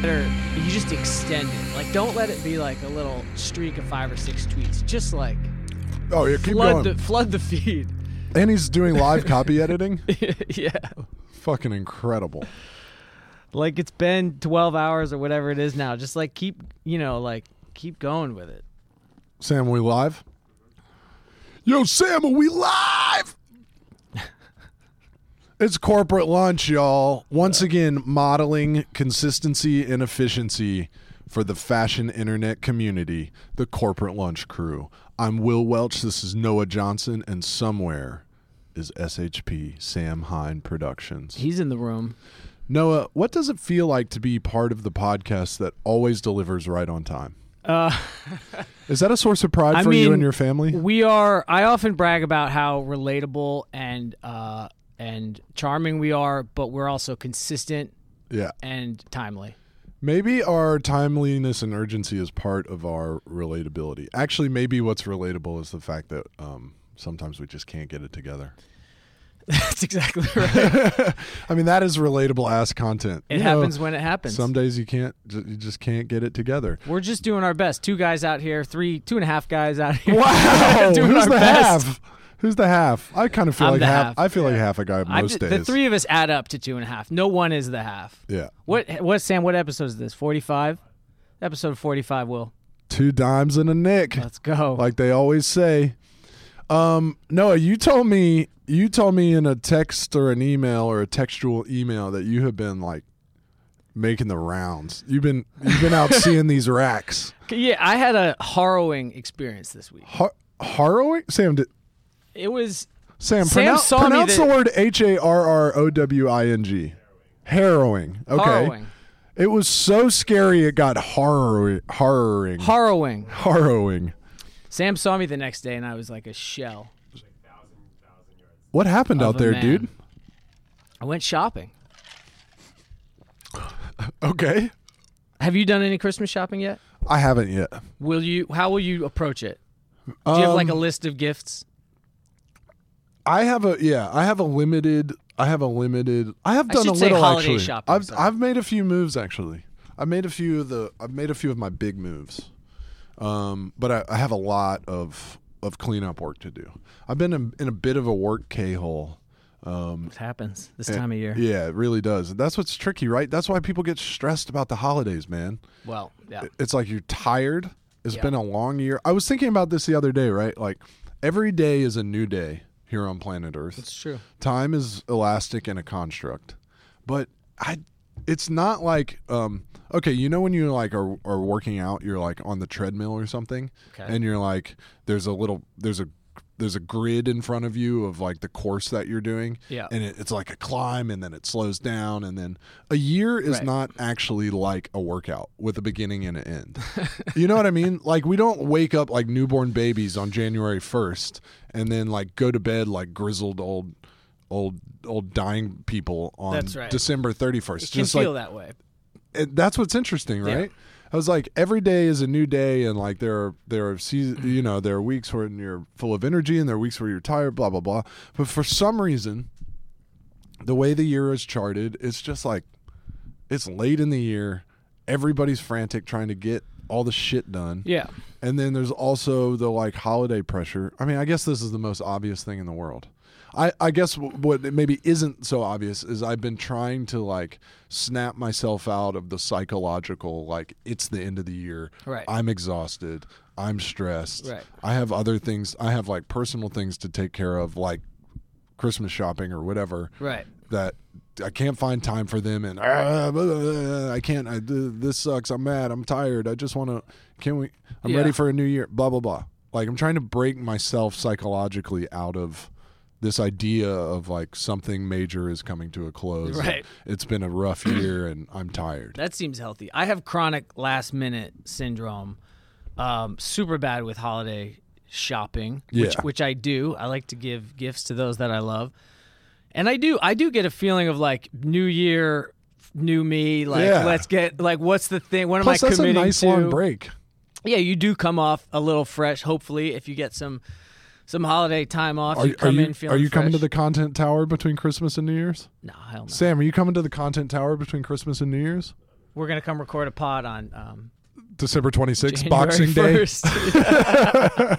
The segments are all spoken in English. Twitter, you just extend it. Like, don't let it be like a little streak of five or six tweets. Just like Oh yeah, keep flood going. the flood the feed. and he's doing live copy editing. yeah, Fucking incredible. like it's been twelve hours or whatever it is now. Just like keep you know like keep going with it. Sam, we live? Yo, Sam, are we live? it's corporate lunch, y'all. Once again, modeling consistency and efficiency for the fashion internet community, the corporate lunch crew. I'm Will Welch. This is Noah Johnson, and somewhere is SHP Sam Hine Productions. He's in the room. Noah, what does it feel like to be part of the podcast that always delivers right on time? Uh, Is that a source of pride I for you mean, and your family? We are. I often brag about how relatable and uh, and charming we are, but we're also consistent yeah. and timely. Maybe our timeliness and urgency is part of our relatability. Actually, maybe what's relatable is the fact that um, sometimes we just can't get it together. That's exactly right. I mean, that is relatable ass content. It You know, happens when it happens. Some days you can't, ju- you just can't get it together. we're just doing our best. Two guys out here, three, two and a half guys out here. Wow, doing our who's the best. half? Who's the half? I kind of feel I'm like the half, half. I feel like half a guy I'm most ju- days. the three of us add up to two and a half. No one is the half. yeah, What? What? Sam? What episode is this? Forty-five. Episode forty-five. Will. two dimes and a nick. Let's go. like they always say. Um, Noah, you told me you told me in a text or an email or a textual email that you have been like making the rounds. You've been you've been out seeing these racks. yeah, I had a horrowing experience this week. Har- harrowing, Sam. Did, It was Sam, Sam pronounce, saw me pronounce that- the word H A R R O W I N G. Harrowing. Okay. horrowing. It was so scary. It got horror, horroring, Horrowing. harrowing. Sam saw me the next day, and I was like a shell. What happened Of out a there, man. dude? I went shopping. Okay, Have you done any Christmas shopping yet? I haven't yet. Will you? How will you approach it? Do you have Um, like a list of gifts? I have a yeah, I have a limited I have a limited I have I done a should say little holiday actually. shopping, I've sorry. I've made a few moves actually. I made a few of the I've made a few of my big moves. Um, but I, I have a lot of of cleanup work to do. I've been in, in a bit of a work K hole. It happens this time of year. eh, Yeah, it really does. That's what's tricky, right? That's why people get stressed about the holidays, man. Well, yeah. It's like you're tired. It's Yeah. been a long year. I was thinking about this the other day, right? Like every day is a new day here on planet Earth. It's true. time is elastic and a construct but i it's not like um okay you know when you like are, are working out you're like on the treadmill or something Okay. and you're like there's a little there's a there's a grid in front of you of like the course that you're doing Yeah. and it, it's like a climb and then it slows down and then a year is Right. not actually like a workout with a beginning and an end you know what i mean like we don't wake up like newborn babies on january 1st and then like go to bed like grizzled old old old dying people on That's right. december 31st Can just like feel that way. and that's what's interesting, right? I was like, every day is a new day, and like there are there are season, you know, there are weeks where you're full of energy, and there are weeks where you're tired, blah blah blah. But for some reason, the way the year is charted, it's just like it's late in the year, everybody's frantic trying to get all the shit done, Yeah. and then there's also the like holiday pressure. I mean, I guess this is the most obvious thing in the world. I, I guess w- what maybe isn't so obvious is I've been trying to like snap myself out of the psychological like it's the end of the year. Right. I'm exhausted. I'm stressed. Right. I have other things. I have like personal things to take care of, like Christmas shopping or whatever Right. that I can't find time for them, and ah, blah, blah, blah, I can't. I, th- this sucks. I'm mad. I'm tired. I just want to. Can we? I'm Yeah. ready for a new year. Blah blah blah. Like I'm trying to break myself psychologically out of this idea of like something major is coming to a close. and Right. It's been a rough year, and I'm tired. That seems healthy. I have chronic last minute syndrome. Um, super bad with holiday shopping, which Yeah. which I do. I like to give gifts to those that I love. And I do I do get a feeling of like new year, new me, like Yeah. let's get like what's the thing? What am Plus, I that's a committing nice to? long break. Yeah, you do come off a little fresh, hopefully, if you get some some holiday time off. Are, you are come you in feeling are you coming to fresh. the content tower between Christmas and New Year's? No, hell no. Sam, are you coming to the content tower between Christmas and New Year's? we're gonna come record a pod on um, December 26th, January Boxing Day. 1st.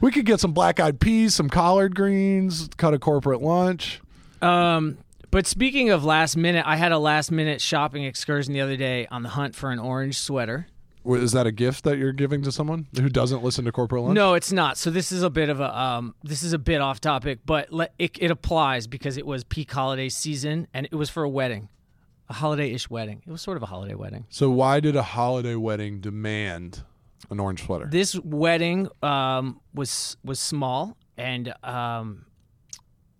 We could get some black eyed peas, some collard greens, cut a corporate lunch. um, but speaking of last minute, I had a last minute shopping excursion the other day on the hunt for an orange sweater. Wait, Is that a gift that you're giving to someone who doesn't listen to corporate lunch? No, it's not. So this is a bit of a um, this is a bit off topic, but le- it, it applies because it was peak holiday season and it was for a wedding, a holiday ish wedding. It was sort of a holiday wedding. So why did a holiday wedding demand an orange sweater? This wedding um, was was small and um,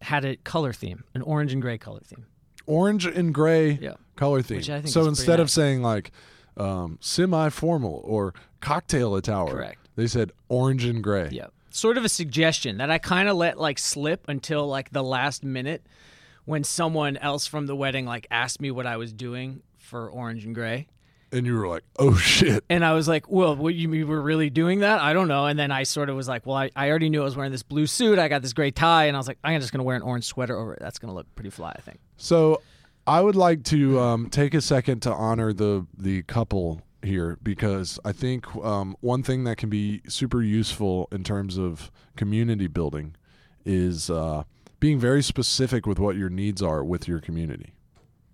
had a color theme, an orange and gray color theme. Orange and gray Yeah. color theme. Which I think so is pretty instead of nice. saying like um, semi formal or cocktail at hour, Correct. they said orange and gray. Yeah. Sort of a suggestion that I kind of let like slip until like the last minute when someone else from the wedding like asked me what I was doing for orange and gray. And you were like, oh shit. And I was like, well, what you, you were really doing that? I don't know. And then I sort of was like, well, I, I already knew I was wearing this blue suit. I got this gray tie. And I was like, I'm just going to wear an orange sweater over it. That's going to look pretty fly, I think. So I would like to um, take a second to honor the the couple here because I think um, one thing that can be super useful in terms of community building is uh, being very specific with what your needs are with your community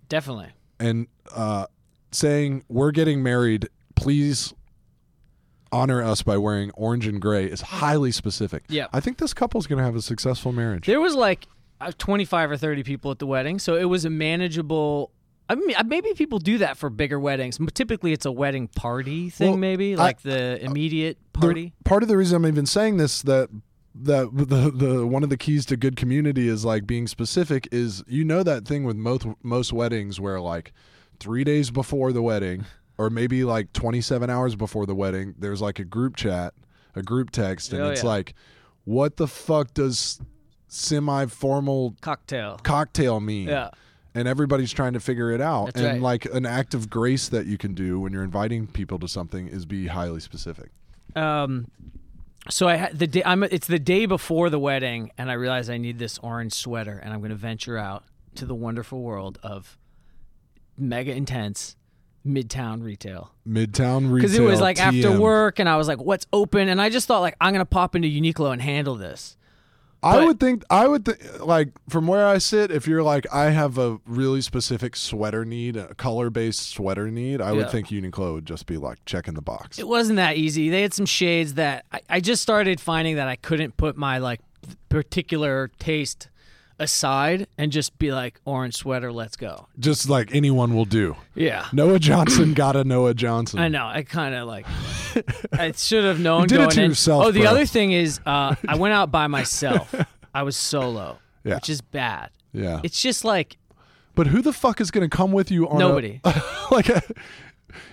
Definitely. and uh, saying we're getting married. Please honor us by wearing orange and gray is highly specific. Yeah. I think this couple's going to have a successful marriage. There was like uh, 25 or 30 people at the wedding, so it was a manageable. I mean, uh, maybe people do that for bigger weddings. M- Typically, it's a wedding party thing, Well, maybe I- like the immediate the- party. part of the reason I'm even saying this that that the the one of the keys to good community is like being specific is you know that thing with most most weddings where like 3 days before the wedding or maybe like 27 hours before the wedding there's like a group chat, a group text and Oh, it's yeah. like what the fuck does semi formal Cocktail. cocktail mean? Yeah. and everybody's trying to figure it out. That's and right. like an act of grace that you can do when you're inviting people to something is be highly specific. Um, so I had the day. I'm. It's the day before the wedding, and I realize I need this orange sweater, and I'm going to venture out to the wonderful world of mega intense midtown retail. Midtown retail. because it was like after TM. work and i was like what's open and i just thought like i'm gonna pop into uniqlo and handle this I but- would think I would th- like from where I sit. If you're like I have a really specific sweater need, a color based sweater need, I would Yeah. think Uniqlo would just be like checking the box. it wasn't that easy they had some shades that i, I just started finding that i couldn't put my like particular taste aside and just be like orange sweater let's go just like anyone will do. yeah Noah Johnson got a Noah Johnson. I know. I kind of like. I should have known. You did it going to in. yourself, Oh, the bro. other thing is, uh, I went out by myself. I was solo, Yeah. which is bad. yeah, It's just like but who the fuck is going to come with you on a- nobody. like a,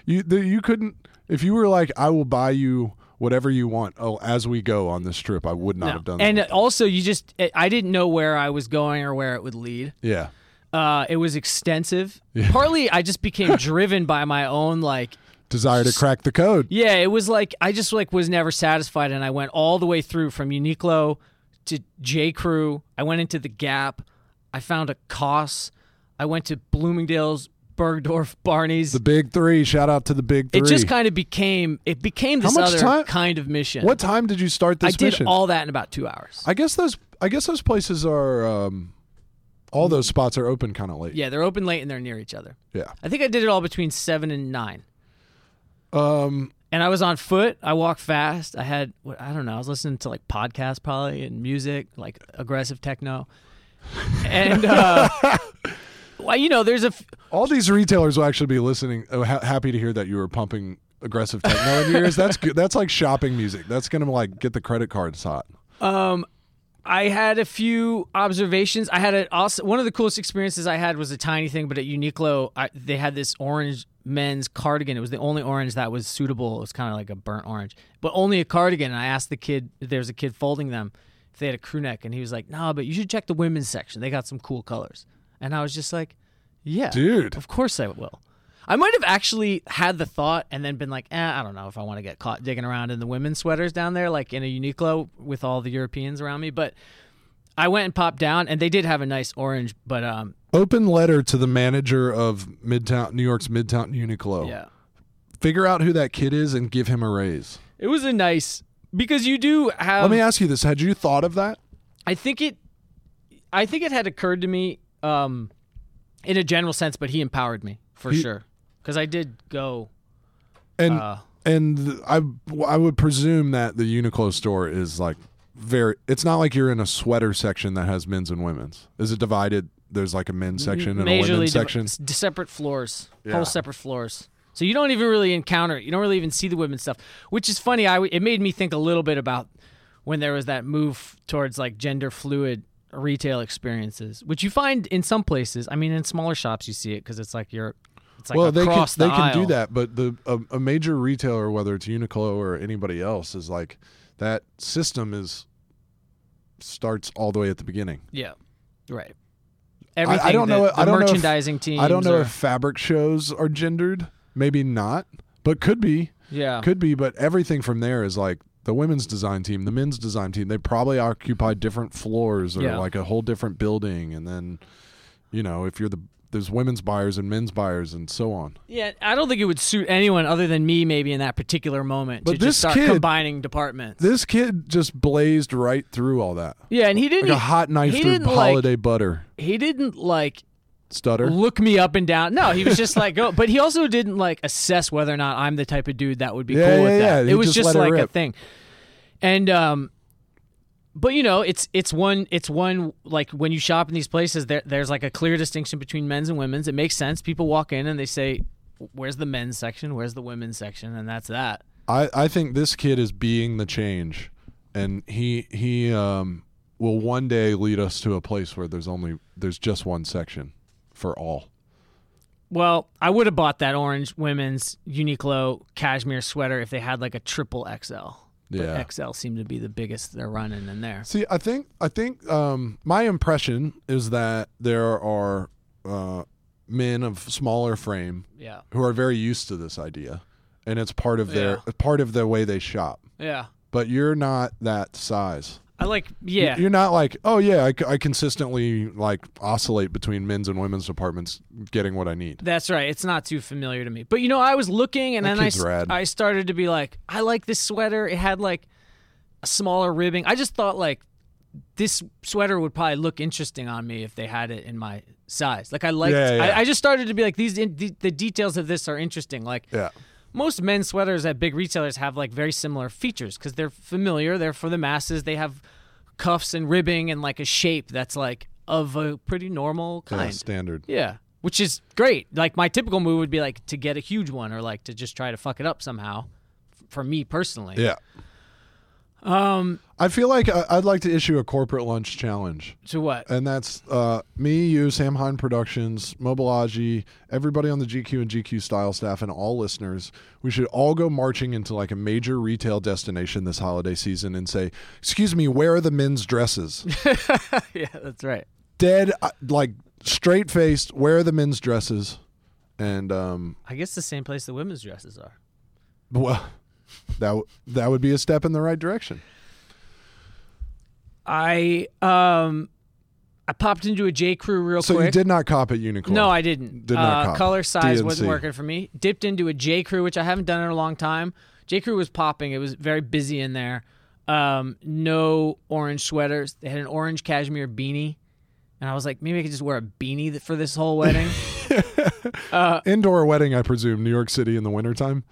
you the, you couldn't if you were like I will buy you whatever you want. Oh, as we go on this trip, I would not No. have done. and that. also, you just, I- I didn't know where I was going or where it would lead. yeah, Uh, it was extensive. Partly, I just became driven by my own, like, desire to crack the code. yeah, it was like, I just, like, was never satisfied. And I went all the way through from Uniqlo to J. Crew. I went into The Gap. I found a Koss. I went to Bloomingdale's, Bergdorf, Barney's. The big three. Shout out to the big three. it just kind of became, it became this much other time- kind of mission. What time did you start I this did mission? all that in about two hours. I guess those I guess those places are um, all those spots are open kind of late. yeah, they're open late and they're near each other. Yeah. I think I did it all between seven and nine. Um, And I was on foot. I walked fast. I had what I don't know. I was listening to like podcasts probably and music, like aggressive techno. And uh, well, you know, there's a f- all these retailers will actually be listening. Oh, ha- happy to hear that you were pumping aggressive techno in your ears. That's good. That's like shopping music. That's gonna like get the credit cards hot. um, I had a few observations. I had a, also one of the coolest experiences I had was a tiny thing, but at Uniqlo, I, they had this orange men's cardigan. It was the only orange that was suitable. It was kind of like a burnt orange, but only a cardigan. And I asked the kid, if there was a kid folding them, if they had a crew neck, and he was like, "Nah, but you should check the women's section. They got some cool colors." And I was just like, "Yeah, Dude. of course I will." I might have actually had the thought and then been like, eh, I don't know if I want to get caught digging around in the women's sweaters down there, like in a Uniqlo with all the Europeans around me. But I went and popped down, and they did have a nice orange, but um, Open letter to the manager of Midtown New York's Midtown Uniqlo. yeah, Figure out who that kid is and give him a raise. it was a nice because you do have. Let me ask you this: Had you thought of that? I think it, I think it had occurred to me, um, in a general sense, but he empowered me for He- sure because I did go. And Uh, and I I would presume that the Uniqlo store is like very. It's not like you're in a sweater section that has men's and women's. Is it divided? There's like a men's section and a majorly women's div- section. s- separate floors, Yeah. whole separate floors. So you don't even really encounter it. You don't really even see the women's stuff, which is funny. I w- it made me think a little bit about when there was that move towards like gender fluid retail experiences, which you find in some places. I mean, in smaller shops you see it because it's like you're, it's like well, they can across they the can do aisle. that, but the a, a major retailer, whether it's Uniqlo or anybody else, is like that system is starts all the way at the beginning. Yeah, right. I Everything. don't the- know- The I don't know if- merchandising team. I don't know if fabric shows are gendered. Maybe not, but could be. Yeah. Could be, but everything from there is like the women's design team, the men's design team. They probably occupy different floors or Yeah. like a whole different building, and then you know if you're the there's women's buyers and men's buyers and so on. yeah, I don't think it would suit anyone other than me, maybe in that particular moment, But to this just start kid- combining departments. This kid just blazed right through all that, yeah, and he didn't. e- like a hot knife he through didn't, like- holiday butter he didn't like stutter. look me up and down. No, he was just like, go. But he also didn't like assess whether or not I'm the type of dude that would be Yeah, cool yeah, with that. yeah. He It was just just, let it like a rip. thing. And um, but you know, it's it's one it's one like when you shop in these places, there there's like a clear distinction between men's and women's. It makes sense. People walk in and they say, "Where's the men's section? Where's the women's section?" And that's that. I I think this kid is being the change, and he he um will one day lead us to a place where there's only there's just one section for all. Well, I would have bought that orange women's Uniqlo cashmere sweater if they had like a triple XL. Yeah. But XL seemed to be the biggest they're running in there. See, I think I think um, my impression is that there are uh, men of smaller frame Yeah. who are very used to this idea, and it's part of their Yeah. part of the way they shop. Yeah. But you're not that size. I like yeah. You're not like, oh yeah, I, c- I consistently like oscillate between men's and women's departments, getting what I need. That's right. It's not too familiar to me. But you know, I was looking and That then I kid's s- rad. I started to be like, I like this sweater. It had like a smaller ribbing. I just thought like this sweater would probably look interesting on me if they had it in my size. Like I liked Yeah, yeah. I, I just started to be like these in, the, the details of this are interesting. Like Yeah, most men's sweaters at big retailers have like very similar features because they're familiar they're for the masses they have cuffs and ribbing and like a shape that's like of a pretty normal yeah kind standard. yeah, which is great like my typical move would be like to get a huge one or like to just try to fuck it up somehow f- for me personally Yeah, um I feel like I, I'd like to issue a corporate lunch challenge. to what and that's uh, me, you, Sam Hine Productions, Mobilagi, everybody on the GQ and GQ Style staff, and all listeners. We should all go marching into like a major retail destination this holiday season and say, "Excuse me, where are the men's dresses?" yeah that's right Dead, uh, like straight faced, where are the men's dresses? And um, i guess the same place the women's dresses are well, that w- that would be a step in the right direction. i um i popped into a j crew real So quick you did not cop at Unicorn. No, I didn't. Did not uh, cop. Color size wasn't DNC. working for me. Dipped into a J Crew, which I haven't done in a long time. J Crew was popping. It was very busy in there. Um, no orange sweaters. They had an orange cashmere beanie, and I was like, maybe I could just wear a beanie th- for this whole wedding. indoor wedding, I presume, New York City in the wintertime.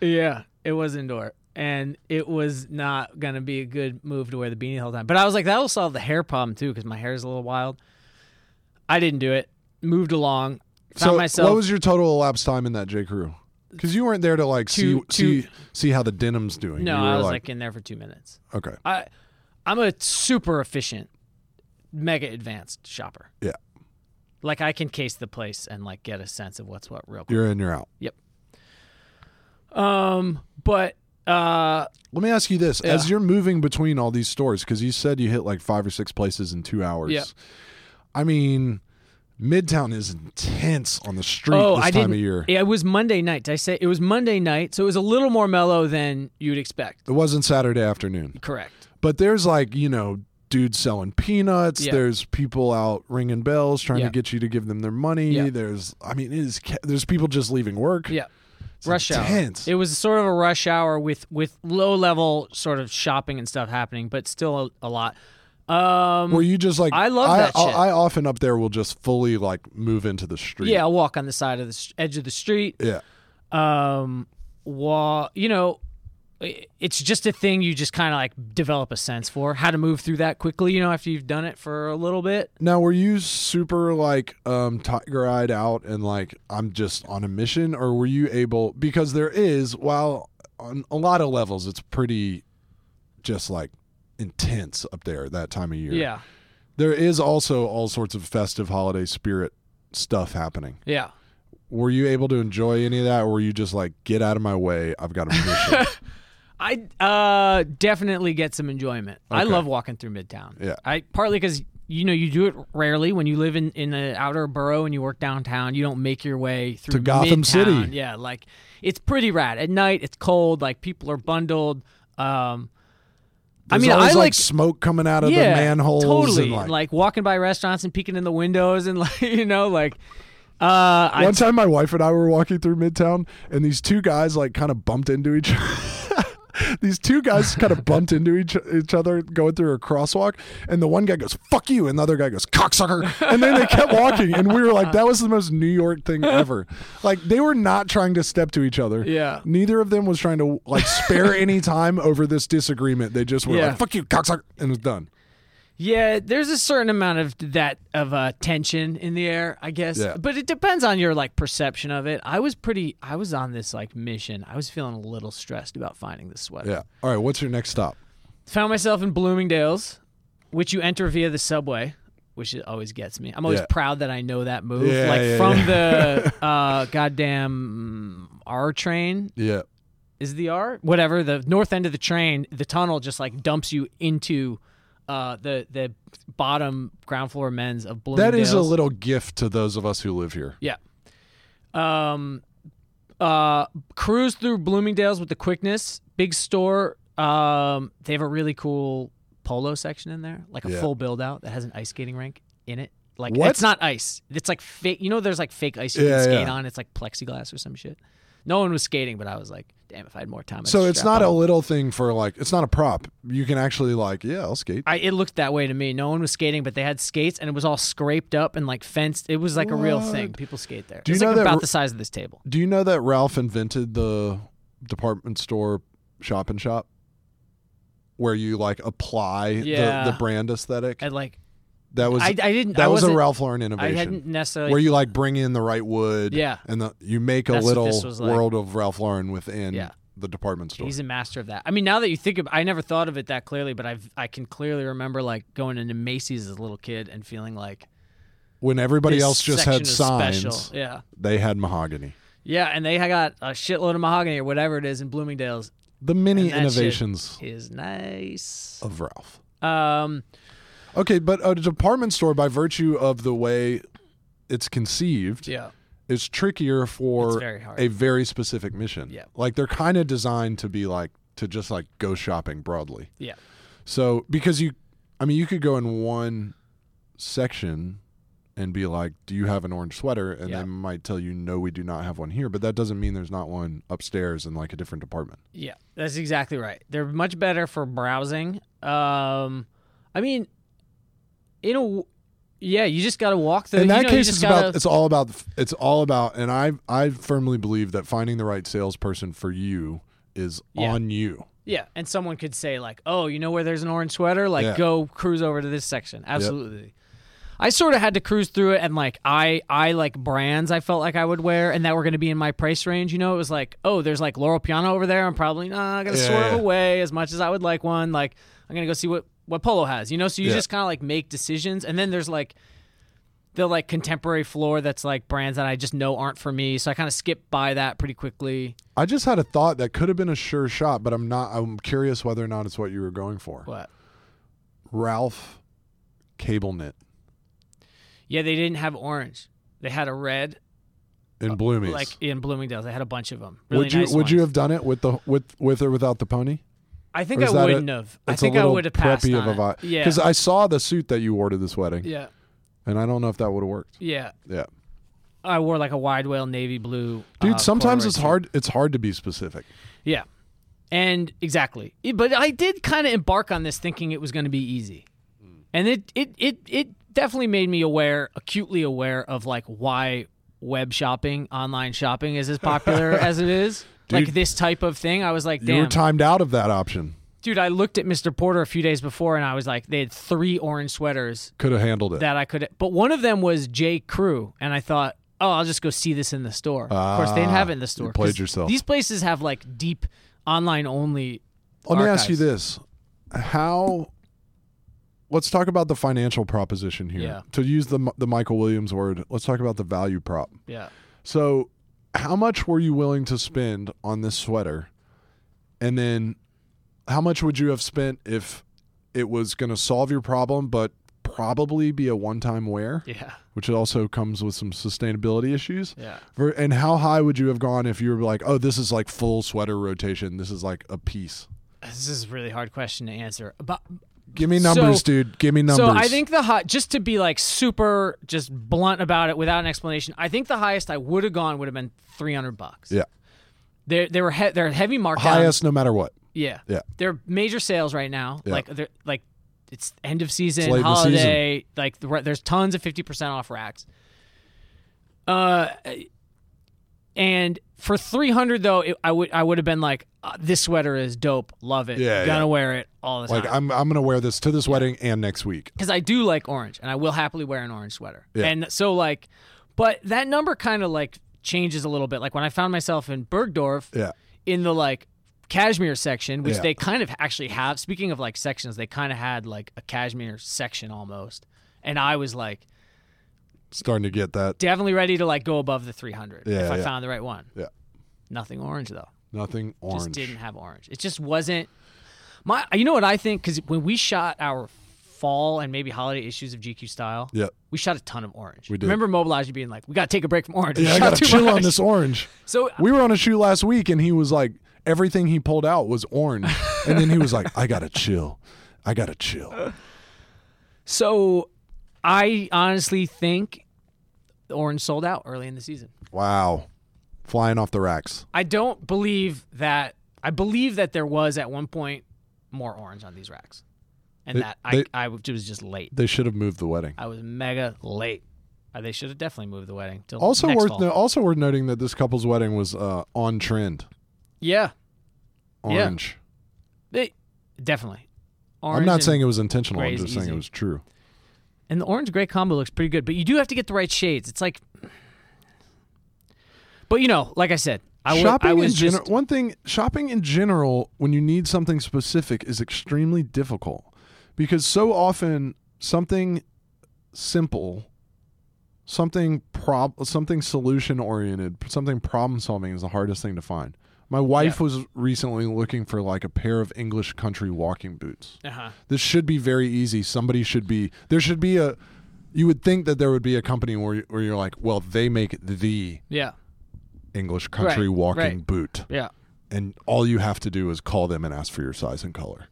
yeah, it was indoor, and it was not gonna be a good move to wear the beanie the whole time. But I was like, that'll solve the hair problem too, because my hair is a little wild. I didn't do it. Moved along. Found so myself. what was your total elapsed time in that J Crew? Because you weren't there to like Two- two- see see see how the denim's doing. no, You were I was like in there for two minutes. okay, I I'm a super efficient, mega advanced shopper. Yeah. Like I can case the place and like get a sense of what's what real quick. you're in, you're out. Um, but uh Let me ask you this: Yeah. as you're moving between all these stores, because you said you hit like five or six places in two hours. Yeah. I mean, Midtown is intense on the street oh, this I time didn't of year. Yeah, it was Monday night. Did I say it was Monday night, so it was a little more mellow than you'd expect. It wasn't Saturday afternoon, Correct. but there's like you know dudes selling peanuts. Yeah. There's people out ringing bells trying Yeah. to get you to give them their money. Yeah. There's, I mean, it is. ca- There's people just leaving work. Yeah. It's rush intense. hour. It was sort of a rush hour with with low level sort of shopping and stuff happening, but still a, a lot. Um, Where you just like, I love that I, shit. I often up there will just fully like move into the street. yeah, I'll walk on the side of the st- edge of the street. yeah. Um, wa- you know, i- it's just a thing you just kind of like develop a sense for how to move through that quickly. You know, after you've done it for a little bit. Now, were you super like um tiger eyed out and like I'm just on a mission, or were you able? Because there is, while on a lot of levels, it's pretty just like intense up there that time of year. Yeah, There is also all sorts of festive holiday spirit stuff happening. yeah. Were you able to enjoy any of that, or were you just like, get out of my way? I've got a mission. I uh, definitely get some enjoyment. I Okay. love walking through Midtown. Yeah. I partly because you know you do it rarely when you live in in the outer borough and you work downtown. You don't make your way through Gotham Midtown. City. Yeah, like it's pretty rad at night. It's cold. Like people are bundled. Um, I There's mean, always, I like. smoke coming out of yeah, the manholes. totally. and, like, walking by restaurants and peeking in the windows and like you know like. Uh, I, One time, my wife and I were walking through Midtown, and these two guys like kind of bumped into each. these two guys kind of bumped into each each other going through a crosswalk, and the one guy goes "fuck you," and the other guy goes "cocksucker," and then they kept walking, and we were like, "That was the most New York thing ever." Like they were not trying to step to each other. Yeah. Neither of them was trying to like spare any time over this disagreement. They just were Yeah. like "fuck you, cocksucker," and it was done. Yeah, there's a certain amount of that of uh, tension in the air, I guess. Yeah. But it depends on your like perception of it. I was pretty. I was on this like mission. I was feeling a little stressed about finding the sweater. Yeah. All right. What's your next stop? Found myself in Bloomingdale's, which you enter via the subway, which it always gets me. I'm always Yeah. proud that I know that move, Yeah, like yeah, from yeah. the uh, goddamn mm, R train Yeah. is the R whatever the north end of the train the tunnel just like dumps you into uh, the the bottom ground floor men's of Bloomingdale's. That is a little gift to those of us who live here. yeah. Um, uh, cruise through Bloomingdale's with the quickness. Big store. Um, they have a really cool polo section in there, like a Yeah. full build out that has an ice skating rink in it. Like What? it's not ice. It's like fake. You know, there's like fake ice you Yeah, can skate yeah. on. It's like plexiglass or some shit. No one was skating, but I was like, damn, if I had more time. I'd So it's strap not on. a little thing for like it's not a prop. You can actually like yeah, I'll skate. I, it looked that way to me. No one was skating, but they had skates, and it was all scraped up and like fenced. It was like a real thing. What? People skate there. Do you it's know like that about r- the size of this table. Do you know that Ralph invented the department store shop and shop where you like apply Yeah. the, the brand aesthetic? And like that was I, I didn't. I that was a wasn't- Ralph Lauren I innovation. hadn't necessarily. Where you like bring in the right wood, Yeah. and the, you make a That's what little this was like. world of Ralph Lauren within Yeah. the department store. he's a master of that. I mean, now that you think of, I never thought of it that clearly, but I have I can clearly remember like going into Macy's as a little kid and feeling like when everybody this else just section had is signs, Special. Yeah, they had mahogany. yeah, and they got a shitload of mahogany or whatever it is in Bloomingdale's. The many And that shit- innovations Is nice. of Ralph. Um, Okay, but a department store, by virtue of the way it's conceived, yeah, is trickier it's for very hard. a very specific mission. Yeah. Like they're kind of designed to be like to just like go shopping broadly. Yeah. So because you, I mean, you could go in one section and be like, "Do you have an orange sweater?" And Yeah. they might tell you, "No, we do not have one here." But that doesn't mean there's not one upstairs in like a different department. Yeah, that's exactly right. They're much better for browsing. Um, I mean, in a w- yeah, you just got to walk the. in that you know, you case, just it's gotta, about it's all about it's all about, and I I firmly believe that finding the right salesperson for you is Yeah. on you. yeah, and someone could say like, "Oh, you know where there's an orange sweater? Like, Yeah. go cruise over to this section." Absolutely. I sort of had to cruise through it, and like I, I like brands I felt like I would wear, and that were going to be in my price range. You know, it was like, oh, there's like Laurel Piano over there. I'm probably not going to Yeah, swerve yeah. away as much as I would like one. Like, I'm going to go see what what Polo has. You know, so you Yeah. just kind of like make decisions, and then there's like the like contemporary floor that's like brands that I just know aren't for me. So I kind of skip by that pretty quickly. I just had a thought that could have been a sure shot, but I'm not. I'm curious whether or not it's what you were going for. What? Ralph cable knit Yeah, they didn't have orange. They had a red, in Bloomies. like in Bloomingdale's. They had a bunch of them. Uh, Really would you nice would you ones. have done it with the with with or without the pony? I think Or I is that a- wouldn't have. I It's a think I little would have passed preppy on of a vibe. it. Yeah. Because I saw the suit that you wore to this wedding, yeah. Uh, and I don't know if that would have worked. Yeah. Yeah, I wore like a wide whale navy blue. dude. uh, sometimes corduroy it's suit. hard. It's hard to be specific. Yeah. And exactly. It- But I did kind of embark on this thinking it was going to be easy. Hmm. And it, it, it, it definitely made me aware, acutely aware of like why web shopping, online shopping is as popular as it is. Like Dude. this type of thing. I was like, You damn. were timed out of that option. Dude, I looked at Mr. Porter a few days before and I was like, they had three orange sweaters Could have handled it. that I could, but one of them was J. Crew. And I thought, oh, I'll just go see this in the store. of course, they didn't have it in the store. 'cause Ah, played yourself. These places have like deep online only. Let me ask you archives. this: How? Let's talk about the financial proposition here. Yeah. To use the the Michael Williams word, let's talk about the value prop. Yeah. So, how much were you willing to spend on this sweater? And then, how much would you have spent if it was going to solve your problem, but probably be a one time wear, Yeah. which also comes with some sustainability issues? Yeah. Ver- And how high would you have gone if you were like, oh, this is like full sweater rotation? This is like a piece. This is a really hard question to answer. But Give me So- numbers, dude. Give me numbers. so I think the hot just to be like super just blunt about it without an explanation, I think the highest I would have gone would have been 300 bucks. Yeah. They they were he- they're heavy markdowns. highest, no matter what. Yeah. Yeah. They're major sales right now. Yeah. Like they're like it's end of season, late in the season. holiday, like the, there's tons of 50% off racks. Uh and for 300 though, it, I would I would have been like uh, this sweater is dope. Love it. Yeah, Gonna yeah. wear it all the time. Like I'm, I'm gonna wear this to this wedding and next week. because I do like orange, and I will happily wear an orange sweater. Yeah. And so like, but that number kind of like changes a little bit. Like when I found myself in Bergdorf, Yeah. in the like cashmere section, which Yeah. they kind of actually have. Speaking of like sections, they kind of had like a cashmere section almost, and I was like Starting to get that. definitely ready to like go above the 300 Yeah, if I yeah. found the right one. Yeah. Nothing orange though. Nothing orange. Just didn't have orange. It just wasn't my. You know what I think? Because when we shot our fall and maybe holiday issues of GQ Style, Yeah. we shot a ton of orange. We did. Remember Mobilize being like, we got to take a break from orange. We Yeah, I shot got to too chew much." on this orange. So We were on a shoe last week, and he was like, everything he pulled out was orange, and then he was like, I gotta chill, I gotta chill. so, I honestly think the orange sold out early in the season. Wow, flying off the racks. I don't believe that. I believe that there was at one point more orange on these racks, and They- that they- I, I was just late. They should have moved the wedding. I was mega late. Uh, They should have definitely moved the wedding. Till Also next worth fall. no, also worth noting that this couple's wedding was uh, on trend. Yeah, Yeah. Orange. They definitely. Orange I'm not and, saying it was intentional. I'm gray's just saying easy. it was true. and the orange gray combo looks pretty good, but you do have to get the right shades. It's like, but you know, like I said, I, wa- shopping I was in just general. One thing, shopping in general, when you need something specific, is extremely difficult because so often something simple, something prob, something solution oriented, something problem solving is the hardest thing to find. My wife was recently looking for like a pair of English country walking boots. uh-huh. This should be very easy. Somebody should be there. Should be a. You would think that there would be a company where you- where you're like, well, they make the yeah, English country walking right. boot yeah, and all you have to do is call them and ask for your size and color.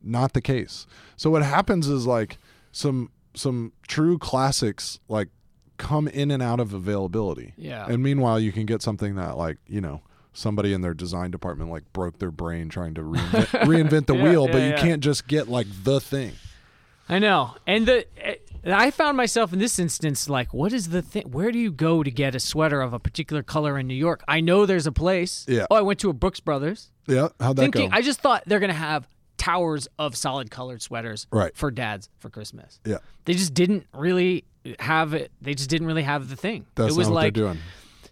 Not the case. So what happens is like some some true classics like come in and out of availability. Yeah. And meanwhile you can get something that like, you know, somebody in their design department like broke their brain trying to reinvent, reinvent the Yeah, wheel, but yeah, you yeah. can't just get like the thing. I know. And the eh, I found myself in this instance like, what is the thing? Where do you go to get a sweater of a particular color in New York? I know there's a place. Yeah. Oh, I went to a Brooks Brothers. Yeah, how'd that Thinking, go? I just thought they're gonna have towers of solid colored sweaters Right. for dads for Christmas. yeah. they just didn't really have it. They just didn't really have the thing. That's it was not what like they're doing.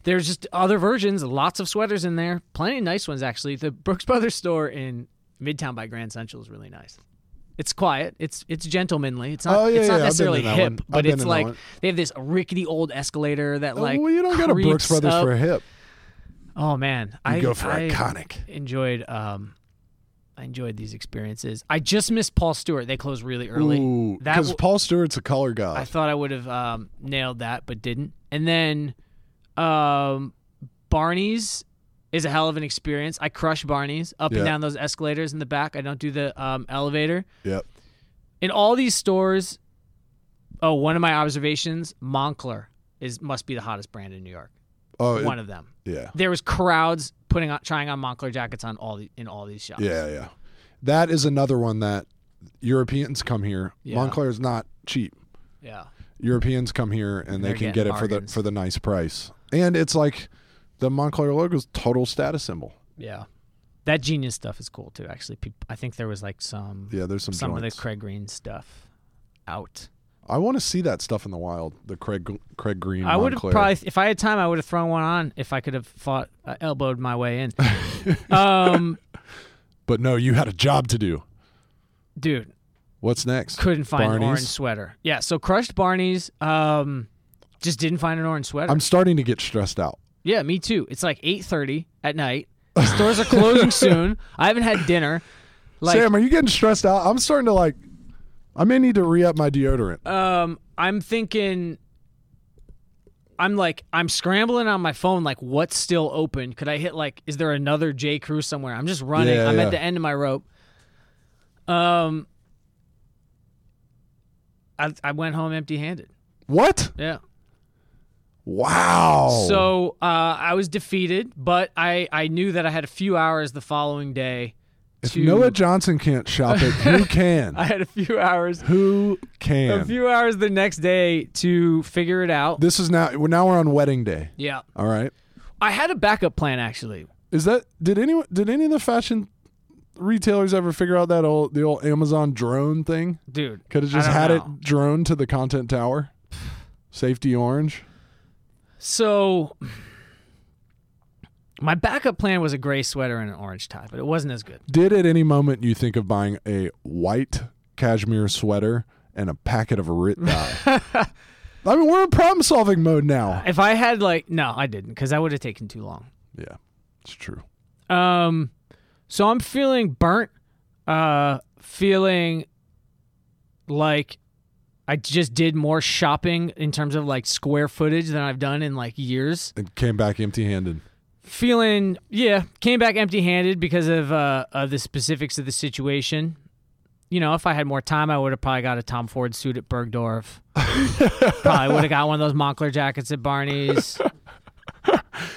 there's just other versions, lots of sweaters in there, plenty of nice ones actually. The Brooks Brothers store in Midtown by Grand Central is really nice. It's quiet. It's it's gentlemanly. It's not. Oh, it's yeah, yeah, I've not been necessarily in that hip, one. I've but been it's in that like one. they have this rickety old escalator that like. Oh, well, you don't go to Brooks creeps Brothers up. for a hip. Oh man, You I go for I iconic. enjoyed um, I enjoyed these experiences. I just missed Paul Stewart. They closed really early. Ooh, That because w- Paul Stewart's a color I guy. thought I would have um, nailed that, but didn't. And then um, Barney's is a hell of an experience. I crush Barney's up Yeah. and down those escalators in the back. I don't do the um, elevator. Yep. In all these stores, oh, one of my observations, Moncler is must be the hottest brand in New York. Oh, One it, of them. yeah. There was crowds putting on trying on Moncler jackets on all the, in all these shops. Yeah, yeah. That is another one that Europeans come here. Yeah. Montclair is not cheap. Yeah. Europeans come here and they They're can getting get it for the bargains. for the nice price. And it's like the Montclair logo is total status symbol. Yeah. That genius stuff is cool too. Actually, Peop I think there was like some Yeah, there's some, some of the joints. Craig Green stuff out. I want to see that stuff in the wild. The Craig Craig Green. I would have Montclair. probably, if I had time, I would have thrown one on if I could have fought, uh, elbowed my way in. um, But no, you had a job to do. dude, What's next? couldn't find an Barney's? orange sweater. Yeah, so crushed Barney's. Um, just didn't find an orange sweater. I'm starting to get stressed out. yeah, me too. It's like eight thirty at night. The stores are closing soon. I haven't had dinner. Like, Sam, are you getting stressed out? I'm starting to like. I may need to re up my deodorant. um, I'm thinking. I'm like I'm scrambling on my phone, like what's still open? Could I hit like is there another J Crew somewhere? I'm just running. Yeah, I'm yeah. at the end of my rope. Um, I I went home empty handed. what? Yeah. Wow. So uh, I was defeated, but I I knew that I had a few hours the following day. if to, Noah Johnson can't shop it, who can? I had a few hours. Who A can? few hours the next day to figure it out. this is now. We're now we're on wedding day. Yeah. All right. I had a backup plan actually. Is that did anyone did any of the fashion retailers ever figure out that old the old Amazon drone thing? Dude, Could have I just don't had know. it drone to the content tower. Safety orange. So my backup plan was a gray sweater and an orange tie, but it wasn't as good. Did at any moment you think of buying a white cashmere sweater and a packet of Rit dye? I mean, we're in problem solving mode now. If I had like no, I didn't cuz I would have taken too long. Yeah, it's true. Um so I'm feeling burnt uh feeling like I just did more shopping in terms of like square footage than I've done in like years. And came back empty handed. feeling yeah came back empty-handed because of uh of the specifics of the situation you know if i had more time i would have probably got a tom ford suit at bergdorf probably would have got one of those moncler jackets at barney's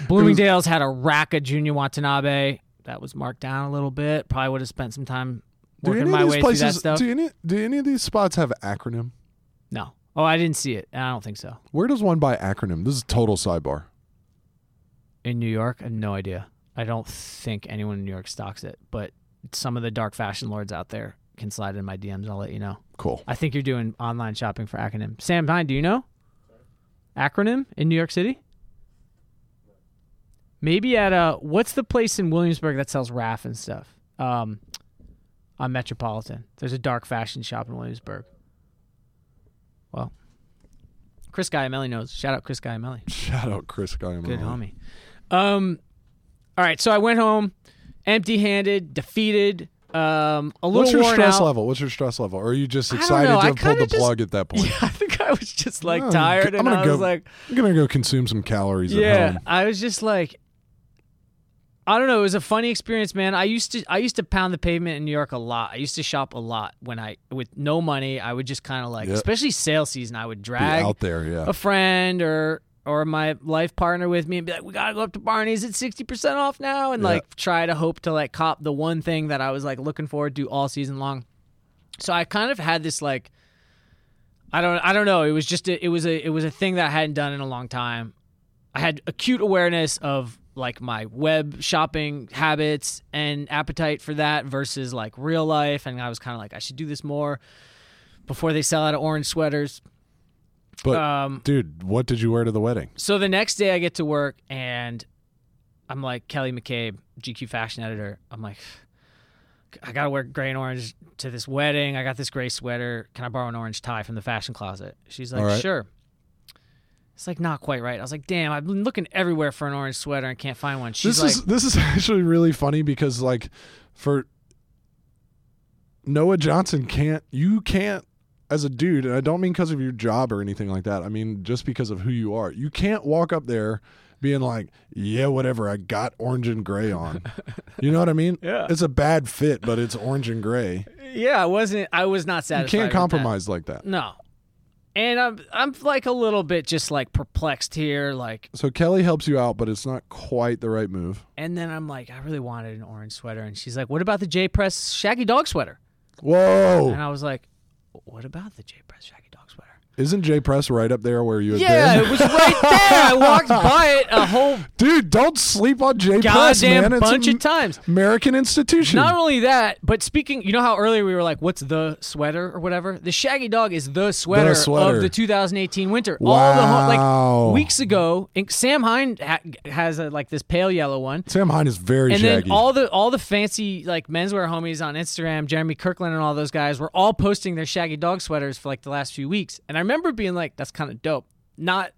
bloomingdale's had a rack of junior watanabe that was marked down a little bit probably would have spent some time Do working any my of way these through that places? stuff Do any do any of these spots have acronym? no oh i didn't see it and i don't think so Where does one buy acronym? This is total sidebar. in new york i have no idea i don't think anyone in new york stocks it but some of the dark fashion lords out there can slide in my dms i'll let you know Cool. I think you're doing online shopping for acronym. Sam Hine, do you know? Acronym in New York City? Maybe at a what's the place in Williamsburg that sells RAF and stuff? Um, on Metropolitan. There's a dark fashion shop in Williamsburg. Well, Chris Guyamelli knows. Shout out Chris Guyamelli. Shout out Chris Guy. Good homie. Um, all right, so I went home empty-handed, defeated, um, a little What's your worn stress out. level? What's your stress level? Or are you just I don't excited know. to I have pulled kinda the just- plug at that point? Yeah, I think I was just like Oh, tired, go- I'm and gonna I was go like, I'm gonna go consume some calories at yeah, home. I was just like, I don't know. It was a funny experience, man. I used to, I used to pound the pavement in New York a lot. I used to shop a lot when I, with no money, I would just kind of like, Yep. especially sale season, I would Be drag out there, yeah. a friend or or my life partner with me and be like, we gotta go up to Barney's. It's sixty percent off now, and Yeah. like try to hope to like cop the one thing that I was like looking forward to all season long. So I kind of had this like, I don't I don't know. It was just a, it was a it was a thing that I hadn't done in a long time. I had acute awareness of like my web shopping habits and appetite for that versus like real life, and I was kind of like, I should do this more before they sell out of orange sweaters. But Um, dude, what did you wear to the wedding? so the next day I get to work and I'm like Kelly McCabe, GQ fashion editor. I'm like, I gotta wear gray and orange to this wedding. I got this gray sweater. Can I borrow an orange tie from the fashion closet? She's like, All right. sure. It's like not quite right. I was like, damn, I've been looking everywhere for an orange sweater and can't find one. She's this like, is this is actually really funny because like for Noah Johnson can't you can't as a dude, and I don't mean because of your job or anything like that. I mean just because of who you are. You can't walk up there being like, yeah, whatever, I got orange and gray on. you know what I mean? Yeah. It's a bad fit, but it's orange and gray. Yeah, I wasn't. I was not You satisfied. can't with that. compromise like that. No, and I'm I'm like a little bit just like perplexed here. Like, So Kelly helps you out, but it's not quite the right move. and then I'm like, I really wanted an orange sweater, and she's like, What about the J Press Shaggy Dog sweater? And Whoa! I was like, What about the J Press Shaggy Dog sweater? Isn't J Press right up there where you had Yeah, been? it was right there. I walked by it a whole Dude, don't sleep on J Press, man. goddamn It's bunch an of times. American institution. Not only that, but speaking, you know how earlier we were like, "What's the sweater or whatever?" The Shaggy Dog is the sweater, sweater. of the 2018 winter. All the ho- Wow. like weeks ago, and Sam Hine ha- has a, like this pale yellow one, Sam Hine is very and shaggy. then all the all the fancy like menswear homies on Instagram, Jeremy Kirkland and all those guys were all posting their Shaggy Dog sweaters for like the last few weeks, and I remember being like, "That's kind of dope." Not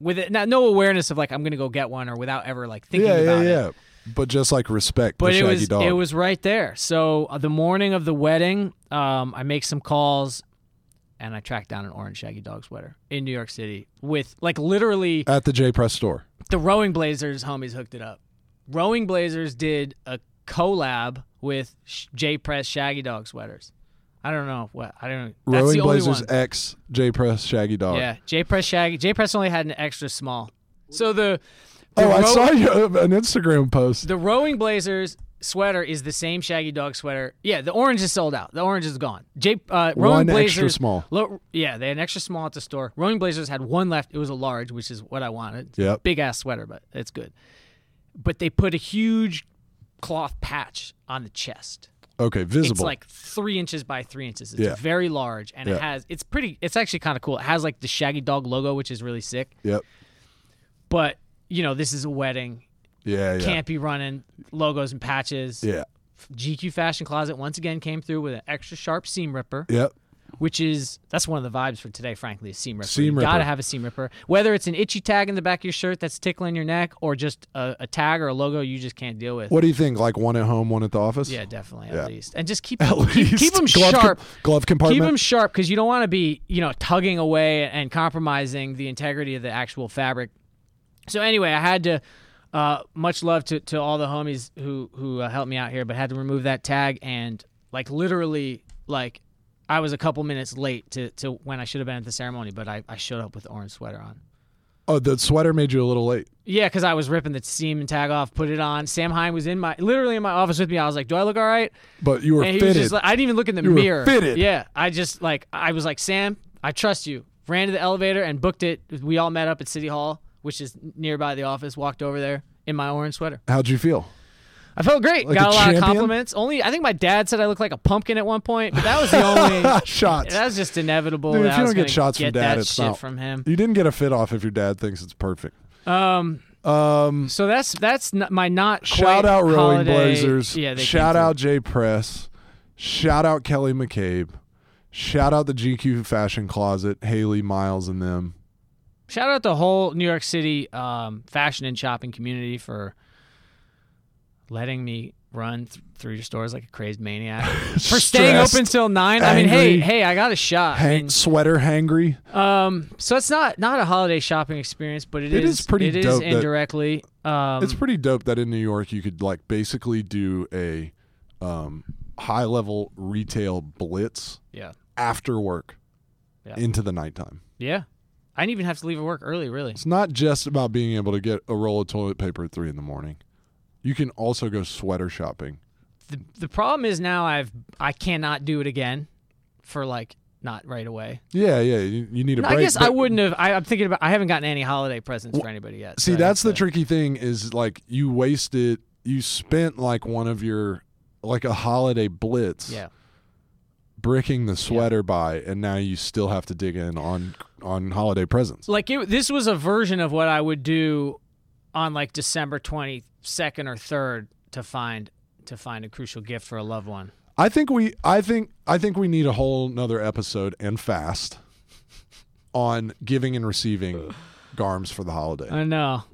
with it, not no awareness of like I'm gonna go get one or without ever like thinking yeah, yeah, about it yeah. But just like respect but the it shaggy was dog. it was right there. So uh, the morning of the wedding, um, I make some calls, and I track down an orange shaggy dog sweater in New York City with like literally at the J Press store. the Rowing Blazers homies hooked it up. Rowing Blazers did a collab with Sh- J Press Shaggy Dog sweaters. I don't know what I don't. That's Rowing the Blazers only one. X J Press Shaggy Dog. yeah, J Press Shaggy. J Press only had an extra small. So the, the Oh, I Row- saw you an Instagram post. The rowing blazers sweater is the same shaggy dog sweater. Yeah, the orange is sold out. The orange is gone. J uh, rowing One blazers extra small. lo- yeah, they had an extra small at the store. Rowing blazers had one left. It was a large, which is what I wanted. Yep. Big ass sweater, but it's good. But they put a huge cloth patch on the chest. Okay, visible. It's like three inches by three inches. It's Yeah. very large, and Yeah. it has. It's pretty. It's actually kind of cool. It has like the shaggy dog logo, which is really sick. yep. But you know, this is a wedding. Yeah, yeah. Can't be running logos and patches. Yeah. GQ Fashion Closet once again came through with an extra sharp seam ripper, Yep. which is that's one of the vibes for today. Frankly, is seam ripper. Seam you ripper. gotta have a seam ripper. Whether it's an itchy tag in the back of your shirt that's tickling your neck, or just a, a tag or a logo you just can't deal with. What do you think? Like one at home, one at the office? Yeah, definitely at Yeah. least, and just keep At keep, least. keep them glove com- sharp. glove Keep compartment. them sharp because you don't want to be, you know, tugging away and compromising the integrity of the actual fabric. So anyway, I had to. Uh, much love to, to all the homies who who uh, helped me out here, but had to remove that tag and like literally like I was a couple minutes late to, to when I should have been at the ceremony, but I, I showed up with the orange sweater on. oh, the sweater made you a little late. Yeah, because I was ripping the seam and tag off, put it on. Sam Hine was in my literally in my office with me. I was like, "Do I look all right?" But you were and he fitted. was just like, I didn't even look in the were mirror. fitted. Yeah, I just like I was like Sam, I trust you. Ran to the elevator and booked it. We all met up at City Hall, which is nearby the office. Walked over there in my orange sweater. How'd you feel? I felt great. Like Got a, a lot champion? of compliments. Only I think my dad said I looked like a pumpkin at one point, but that was the only. Shots. that was just inevitable. Dude, that if I you was don't get gonna shots from get dad, that it's shit not- from him. You didn't get a fit off if your dad thinks it's perfect. Um. Um, So that's that's not, my not shout quite out Rowing holiday- Blazers. Yeah. They shout came through. out Jay Press. Shout out Kelly McCabe. Shout out the GQ Fashion Closet, Haley Miles, and them. Shout out the whole New York City um, fashion and shopping community for letting me run th- through your stores like a crazed maniac. for staying Stressed, open till nine. I mean, hey, angry, hey, I got a shot. I Hang- mean, sweater hangry. um, so it's not not a holiday shopping experience, but It it is pretty It is dope that- indirectly. um, it's pretty dope that in New York you could like basically do a um, high level retail blitz yeah, after work Yeah. into the nighttime. yeah. I didn't even have to leave at work early, really. It's not just about being able to get a roll of toilet paper at three in the morning. You can also go sweater shopping. The, the problem is now I've I cannot do it again for like not right away. Yeah, yeah. You, you need a No, break. I guess I but- wouldn't have. I, I'm thinking about. I haven't gotten any holiday presents for anybody yet. See, so I that's the have to- tricky thing is like you wasted, you spent like one of your, like a holiday blitz, Yeah. bricking the sweater by, and now you still have to dig in on on holiday presents. Like it, this was a version of what I would do on like December 22nd or 3rd to find to find a crucial gift for a loved one. I think we I think I think we need a whole nother episode and fast on giving and receiving garms for the holiday. I know.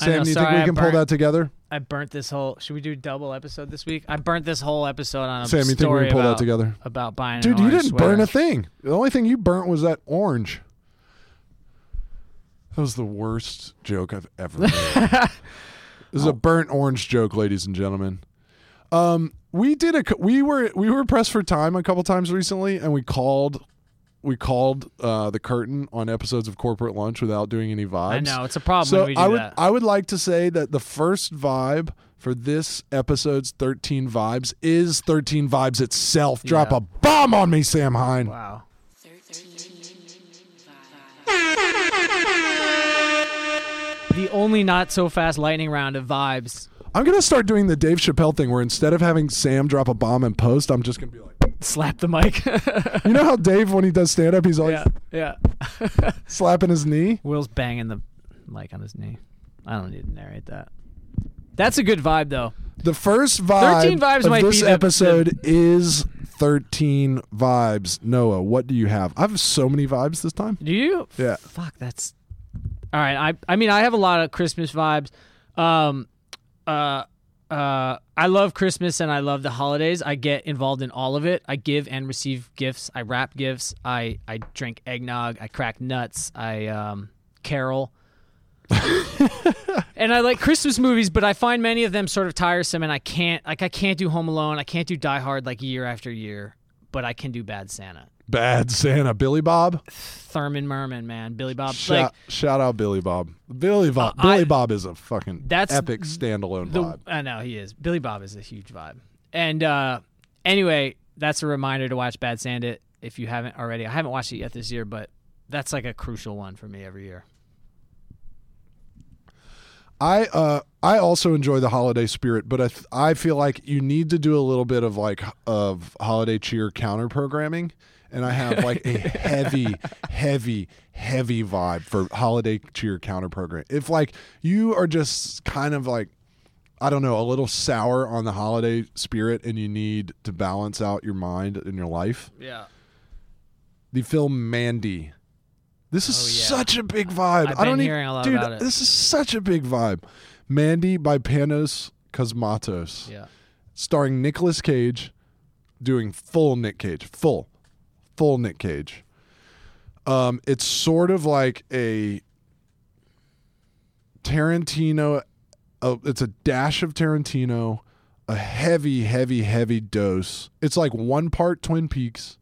I Sam, know. do you Sorry, think we I can pull burnt- that together? I burnt this whole. Should we do double episode this week? I burnt this whole episode on a Sam, you think we story can pull about, that together? about buying. an Dude, you orange didn't burn sweater. a thing. The only thing you burnt was that orange. That was the worst joke I've ever made. this is Oh. a burnt orange joke, ladies and gentlemen. Um, we did a cou- we were we were pressed for time a couple times recently, and we called we called uh, the curtain on episodes of Corporate Lunch without doing any vibes. I know it's a problem when So Oh, we do I would that. I would like to say that the first vibe for this episode's 13 vibes is 13 vibes itself. Drop Yeah. a bomb on me, Sam Hine. wow. 13 vibes. The only not so fast lightning round of vibes. I'm gonna start doing the Dave Chappelle thing where instead of having Sam drop a bomb and post, I'm just gonna be like, Slap the mic. you know how Dave when he does stand up, he's always yeah, yeah. slapping his knee. Will's banging the mic on his knee. I don't need to narrate that. That's a good vibe though. The first vibe 13 vibes of might this be the- episode is 13 vibes. Noah, what do you have? I have so many vibes this time. Do you? Yeah. Fuck, that's all right. I I mean I have a lot of Christmas vibes. Um, uh, uh, I love Christmas and I love the holidays. I get involved in all of it. I give and receive gifts. I wrap gifts. I I drink eggnog. I crack nuts. I um carol. and I like Christmas movies, but I find many of them sort of tiresome, and I can't like I can't do Home Alone. I can't do Die Hard like year after year, but I can do Bad Santa. Bad Santa, Billy Bob. Thurman Merman, man, Billy Bob. Shout, like, shout out Billy Bob. Billy Bob. Uh, I- Billy Bob is a fucking That's epic standalone the, vibe. I know he is. Billy Bob is a huge vibe. And uh, anyway, that's a reminder to watch Bad Sandit if you haven't already. I haven't watched it yet this year, but that's like a crucial one for me every year. I uh I also enjoy the holiday spirit, but I th- I feel like you need to do a little bit of like h- of holiday cheer counter programming, and I have like a heavy, heavy, heavy vibe for holiday cheer counter program. If like you are just kind of like I don't know, a little sour on the holiday spirit, and you need to balance out your mind and your life. Yeah. the film Mandy. This is Oh, yeah. such a big vibe. I've I don't been even, hearing a lot dude, about it. This is such a big vibe. Mandy by Panos Cosmatos, Yeah. starring Nicolas Cage, doing full Nick Cage, full, full Nick Cage. Um, it's sort of like a Tarantino. Uh, it's a dash of Tarantino, a heavy, heavy, heavy dose. It's like one part Twin Peaks,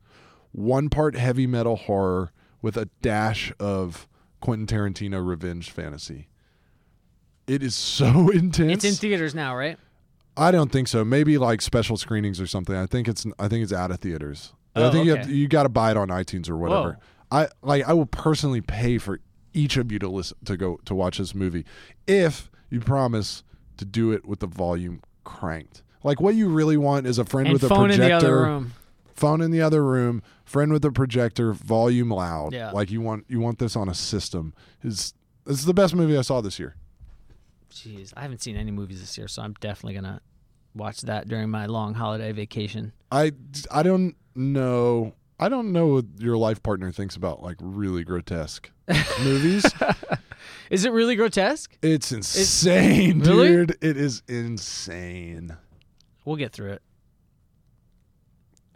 one part heavy metal horror with a dash of Quentin Tarantino revenge fantasy. It is so intense. It's in theaters now, right? I don't think so. Maybe like special screenings or something. I think it's I think it's out of theaters. Oh, I think you okay. have, you got to buy it on iTunes or whatever. I like I will personally pay for each of you to listen to go to watch this movie if you promise to do it with the volume cranked. Like what you really want is a friend And with a phone in projector the other room. phone in the other room, friend with a projector, volume loud. Yeah. Like you want you want this on a system. Is this is the best movie I saw this year. Jeez, I haven't seen any movies this year, so I'm definitely gonna watch that during my long holiday vacation. I I don't know. I don't know what your life partner thinks about like really grotesque movies. Is it really grotesque? It's insane, Really? dude. It is insane. We'll get through it.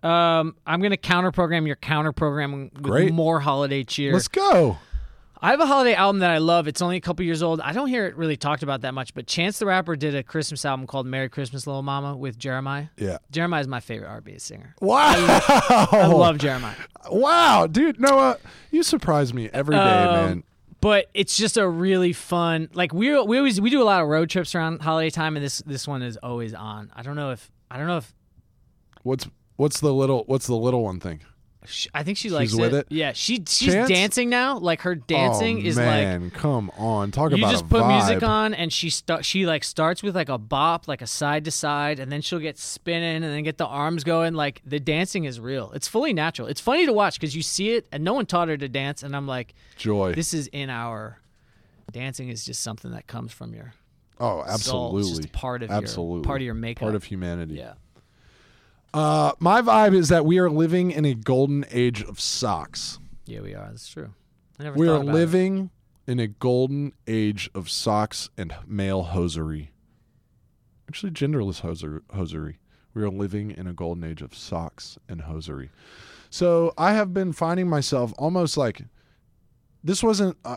Um, I'm gonna counter program your counter program with Great. more holiday cheer. Let's go. I have a holiday album that I love. It's only a couple years old. I don't hear it really talked about that much, but Chance the Rapper did a Christmas album called Merry Christmas Little Mama with Jeremiah. Yeah. Jeremiah's my favorite R&B singer. Wow. I Oh. love Jeremiah. Wow, dude. Noah, you surprise me every day, Um, man. But it's just a really fun. Like we we always we do a lot of road trips around holiday time and this this one is always on. I don't know if I don't know if What's what's the little what's the little one thing? sh I think she likes with it? Yeah, she she's Chance? dancing now. Like her dancing oh, is like man, come on. Talk you about just a put vibe. music on and she sta- she like starts with like a bop like a side to side and then she'll get spinning and then get the arms going like the dancing is real it's fully natural it's funny to watch because you see it and no one taught her to dance and i'm like Joy. this is in our dancing is just something that comes from your oh, soul. absolutely. It's just a part of absolutely. your part of your makeup Part of humanity. yeah Uh, my vibe is that we are living in a golden age of socks. yeah we are that's true I never We thought are about it. living in a golden age of socks and male hosiery. Actually, genderless hoser- hosiery. We are living in a golden age of socks and hosiery. So I have been finding myself almost like this wasn't. Uh,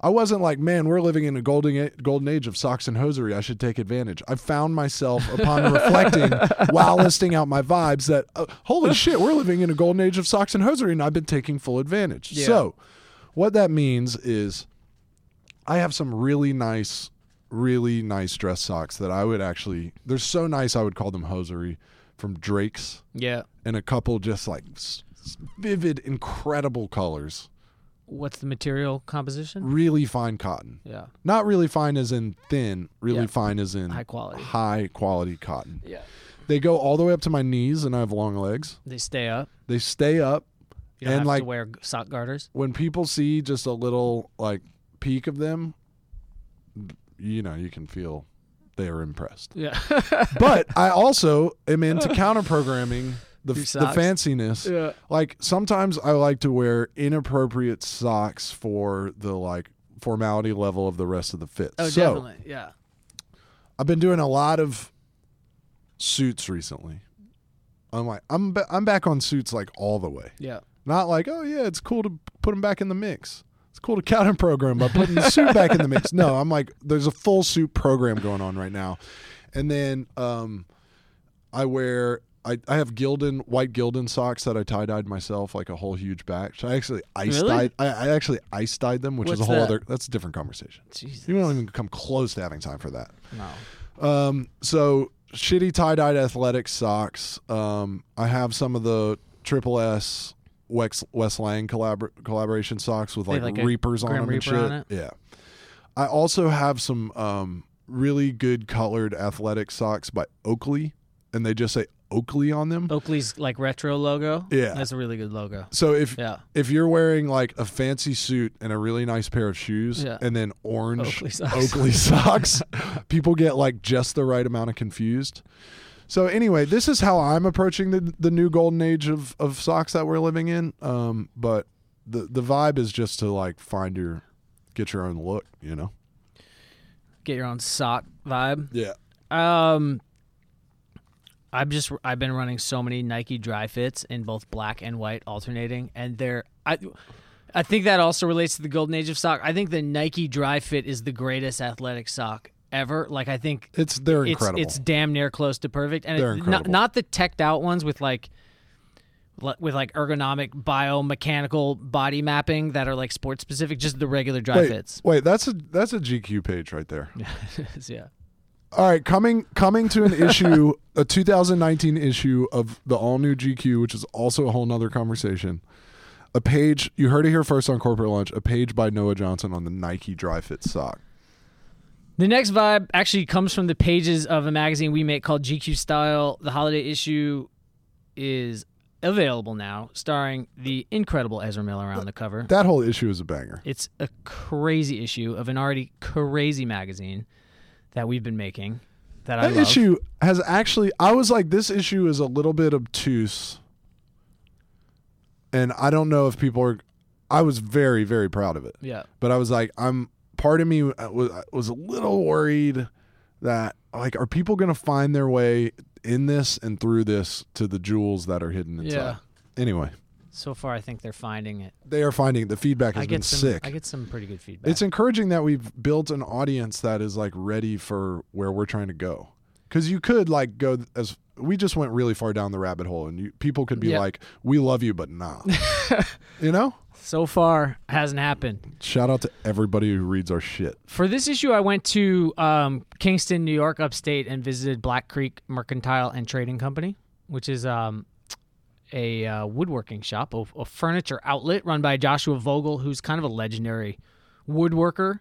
I wasn't like, man, we're living in a golden a- golden age of socks and hosiery. I should take advantage. I found myself upon reflecting while listing out my vibes that uh, holy shit, we're living in a golden age of socks and hosiery, and I've been taking full advantage. Yeah. So, what that means is, I have some really nice, really nice dress socks that I would actually. They're so nice, I would call them hosiery from Drake's Yeah. and a couple just like s- s- vivid, incredible colors. What's the material composition? Really fine cotton. Yeah. Not really fine as in thin, really Yeah. fine as in High quality. high quality cotton. Yeah. They go all the way up to my knees and I have long legs. They stay up. They stay up. You don't And, have like- to wear g- sock garters. When people see just a little like peak of them, you know, you can feel they are impressed. Yeah. but I also am into counter programming the, the Your socks. fanciness. Yeah. Like sometimes I like to wear inappropriate socks for the like formality level of the rest of the fit. Oh, so definitely. Yeah. I've been doing a lot of suits recently. I'm like I'm ba- I'm back on suits like all the way. Yeah. Not like oh yeah, it's cool to put them back in the mix. It's cool to counter program by putting the suit back in the mix. No, I'm like there's a full suit program going on right now, and then um, I wear I, I have Gildan white Gildan socks that I tie dyed myself like a whole huge batch. I actually ice Really? dyed I, I actually ice dyed them, which is What's a whole that? other that's a different conversation. Jesus. You don't even come close to having time for that. No. Um, so shitty tie dyed athletic socks. Um, I have some of the Triple S Wex, West Lang collabor- collaboration socks with They like, have, like, a reapers on Grim them and Reaper shit. on it? Yeah. I also have some um, really good colored athletic socks by Oakley, and they just say Oakley on them. Oakley's like retro logo. Yeah. That's a really good logo. So if Yeah. if you're wearing like a fancy suit and a really nice pair of shoes Yeah. and then orange Oakley socks. Oakley socks, people get like just the right amount of confused. So anyway, this is how I'm approaching the the new golden age of of socks that we're living in. Um, but the the vibe is just to like find your get your own look, you know. Get your own sock vibe. Yeah. Um, I've just I've been running so many Nike dry fits in both black and white alternating, and they're I. I think that also relates to the golden age of sock. I think the Nike dry fit is the greatest athletic sock ever. Like I think It's they're it's incredible. it's damn near close to perfect, and They're it, not incredible. not the teched out ones with like le- with like ergonomic biomechanical body mapping that are like sports specific. Just the regular dry wait, fits. wait, that's a that's a GQ page right there. yeah. All right, coming coming to an issue, a 2019 issue of the all new GQ, which is also a whole nother conversation. A page you heard it here first on corporate lunch. A page by Noah Johnson on the Nike Dry Fit sock. The next vibe actually comes from the pages of a magazine we make called GQ Style. The holiday issue is available now, starring the incredible Ezra Miller on the cover. That whole issue is a banger. It's a crazy issue of an already crazy magazine that we've been making that, I That love. issue has actually. I was like, this issue is a little bit obtuse, and I don't know if people are. I was very very proud of it. Yeah. but I was like, I'm. Part of me was was a little worried that like, are people gonna find their way in this and through this to the jewels that are hidden inside? Yeah. Anyway, So far I think they're finding it. they are finding the feedback has I been get some sick. I get some pretty good feedback. it's encouraging that we've built an audience that is like ready for where we're trying to go. Because you could like go as we just went really far down the rabbit hole, and you, people could be Yeah. like, "We love you, but nah," you know. so far hasn't happened. Shout out to everybody who reads our shit. For this issue, I went to um, Kingston, New York, upstate, and visited Black Creek Mercantile and Trading Company, which is um, a uh, woodworking shop, a, a furniture outlet run by Joshua Vogel, who's kind of a legendary woodworker.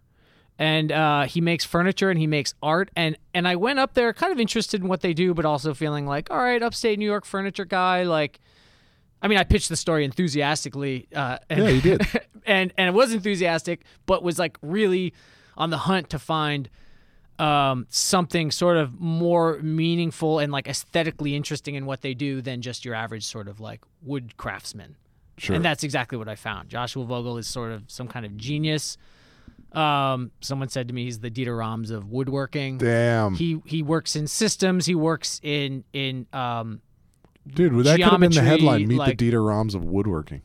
And uh, he makes furniture and he makes art. And, and I went up there kind of interested in what they do, but also feeling like, all right, upstate New York furniture guy, like, I mean, I pitched the story enthusiastically. Uh, and, Yeah, you did. and and it was enthusiastic, but was like really on the hunt to find um, something sort of more meaningful and like aesthetically interesting in what they do than just your average sort of like wood craftsman. Sure. And that's exactly what I found. Joshua Vogel is sort of some kind of genius. Um, someone said to me he's the Dieter Rams of woodworking. Damn. He he works in systems. He works in in um, Dude, that could have been the geometry, headline. Meet like- the Dieter Roms of woodworking.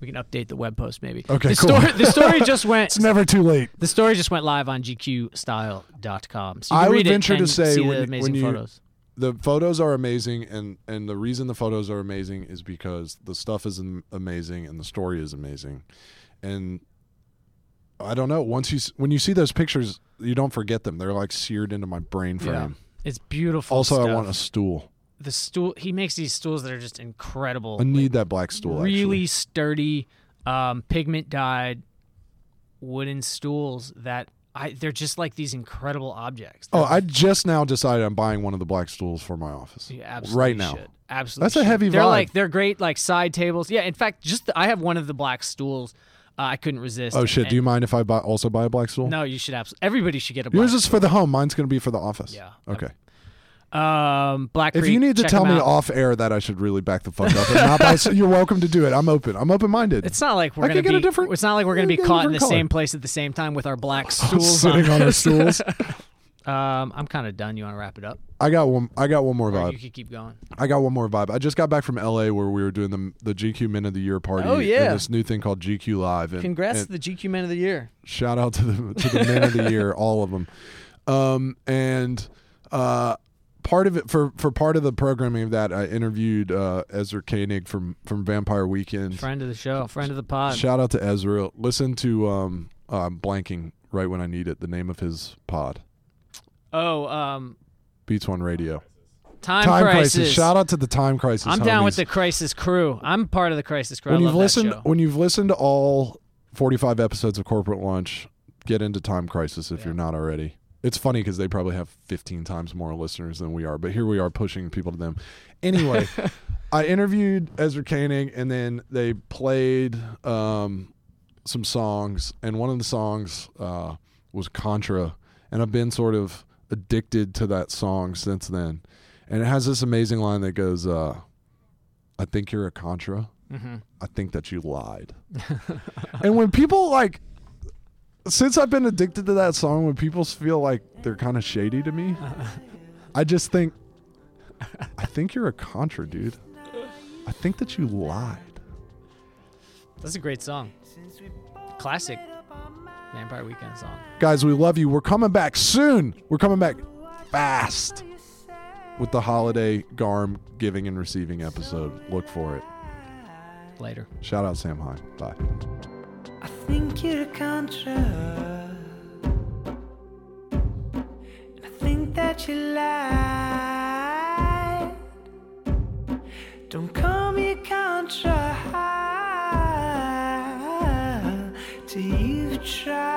we can update the web post maybe. Okay, the cool. Story, the story just went. It's never too late. the story just went live on GQStyle.com. So you I can would read it venture to and say see when the you- amazing when you- photos. The photos are amazing, and and the reason the photos are amazing is because the stuff is am- amazing and the story is amazing, and I don't know. Once you s- when you see those pictures, you don't forget them. They're like seared into my brain frame. It's beautiful. Also, stuff. I want a stool. the stool. He makes these stools that are just incredible. I need that black stool. really actually. sturdy, um, pigment dyed wooden stools that I they're just like these incredible objects. Oh, I just now decided I'm buying one of the black stools for my office. You absolutely Right now. should. Absolutely. That's a should. heavy They're vibe. like they're great like side tables. Yeah, in fact, just the, I have one of the black stools. Uh, I couldn't resist. Oh and- shit! and- Do you mind if I buy, also buy a black stool? No, you should absolutely. Everybody should get a black. Yours is for the home. Mine's going to be for the office. Yeah. Okay. um, black. If you Creek, need to check tell 'em me out. off air that I should really back the fuck up, and not buy, so you're welcome to do it. I'm open. I'm open minded. It's not like we're I gonna could get be. a different- it's not like we're gonna be I could get a caught in the different color. same place at the same time with our black stools sitting on our us. stools. um, I'm kind of done. You want to wrap it up? I got one. I got one more Or you vibe. could keep going. I got one more vibe. I just got back from L.A. where we were doing the the GQ Men of the Year party. Oh, yeah. And this new thing called GQ Live. And, Congrats and to the GQ Men of the Year. shout out to the to the Men of the Year, all of them. Um and uh. Part of it for, for part of the programming of that, I interviewed uh, Ezra Koenig from, from Vampire Weekend. Friend of the show, friend of the pod. Shout out to Ezra. Listen to um uh, I'm blanking right when I need it. The name of his pod. Oh, um, Beats One Radio. time, Time crisis. crisis. Shout out to the Time Crisis. I'm down with homies. the Crisis crew. I'm part of the Crisis crew. When I you've love listened that show. when you've listened to all 45 episodes of Corporate Lunch, get into Time Crisis if Yeah. you're not already. It's funny because they probably have 15 times more listeners than we are, but here we are pushing people to them. Anyway, I interviewed Ezra Koenig, and then they played um, some songs, and one of the songs uh, was Contra, and I've been sort of addicted to that song since then. And it has this amazing line that goes, uh, "I think you're a Contra. Mm-hmm. I think that you lied." and when people like, since I've been addicted to that song, when people feel like they're kind of shady to me, I just think, "I think you're a Contra, dude. I think that you lied." That's a great song. Classic Vampire Weekend song. Guys, we love you. We're coming back soon. We're coming back fast with the holiday Garm giving and receiving episode. Look for it. Later. Shout out Sam Hine. Bye. I think you're a contra. And I think that you lied. Don't call me a contra till you've tried.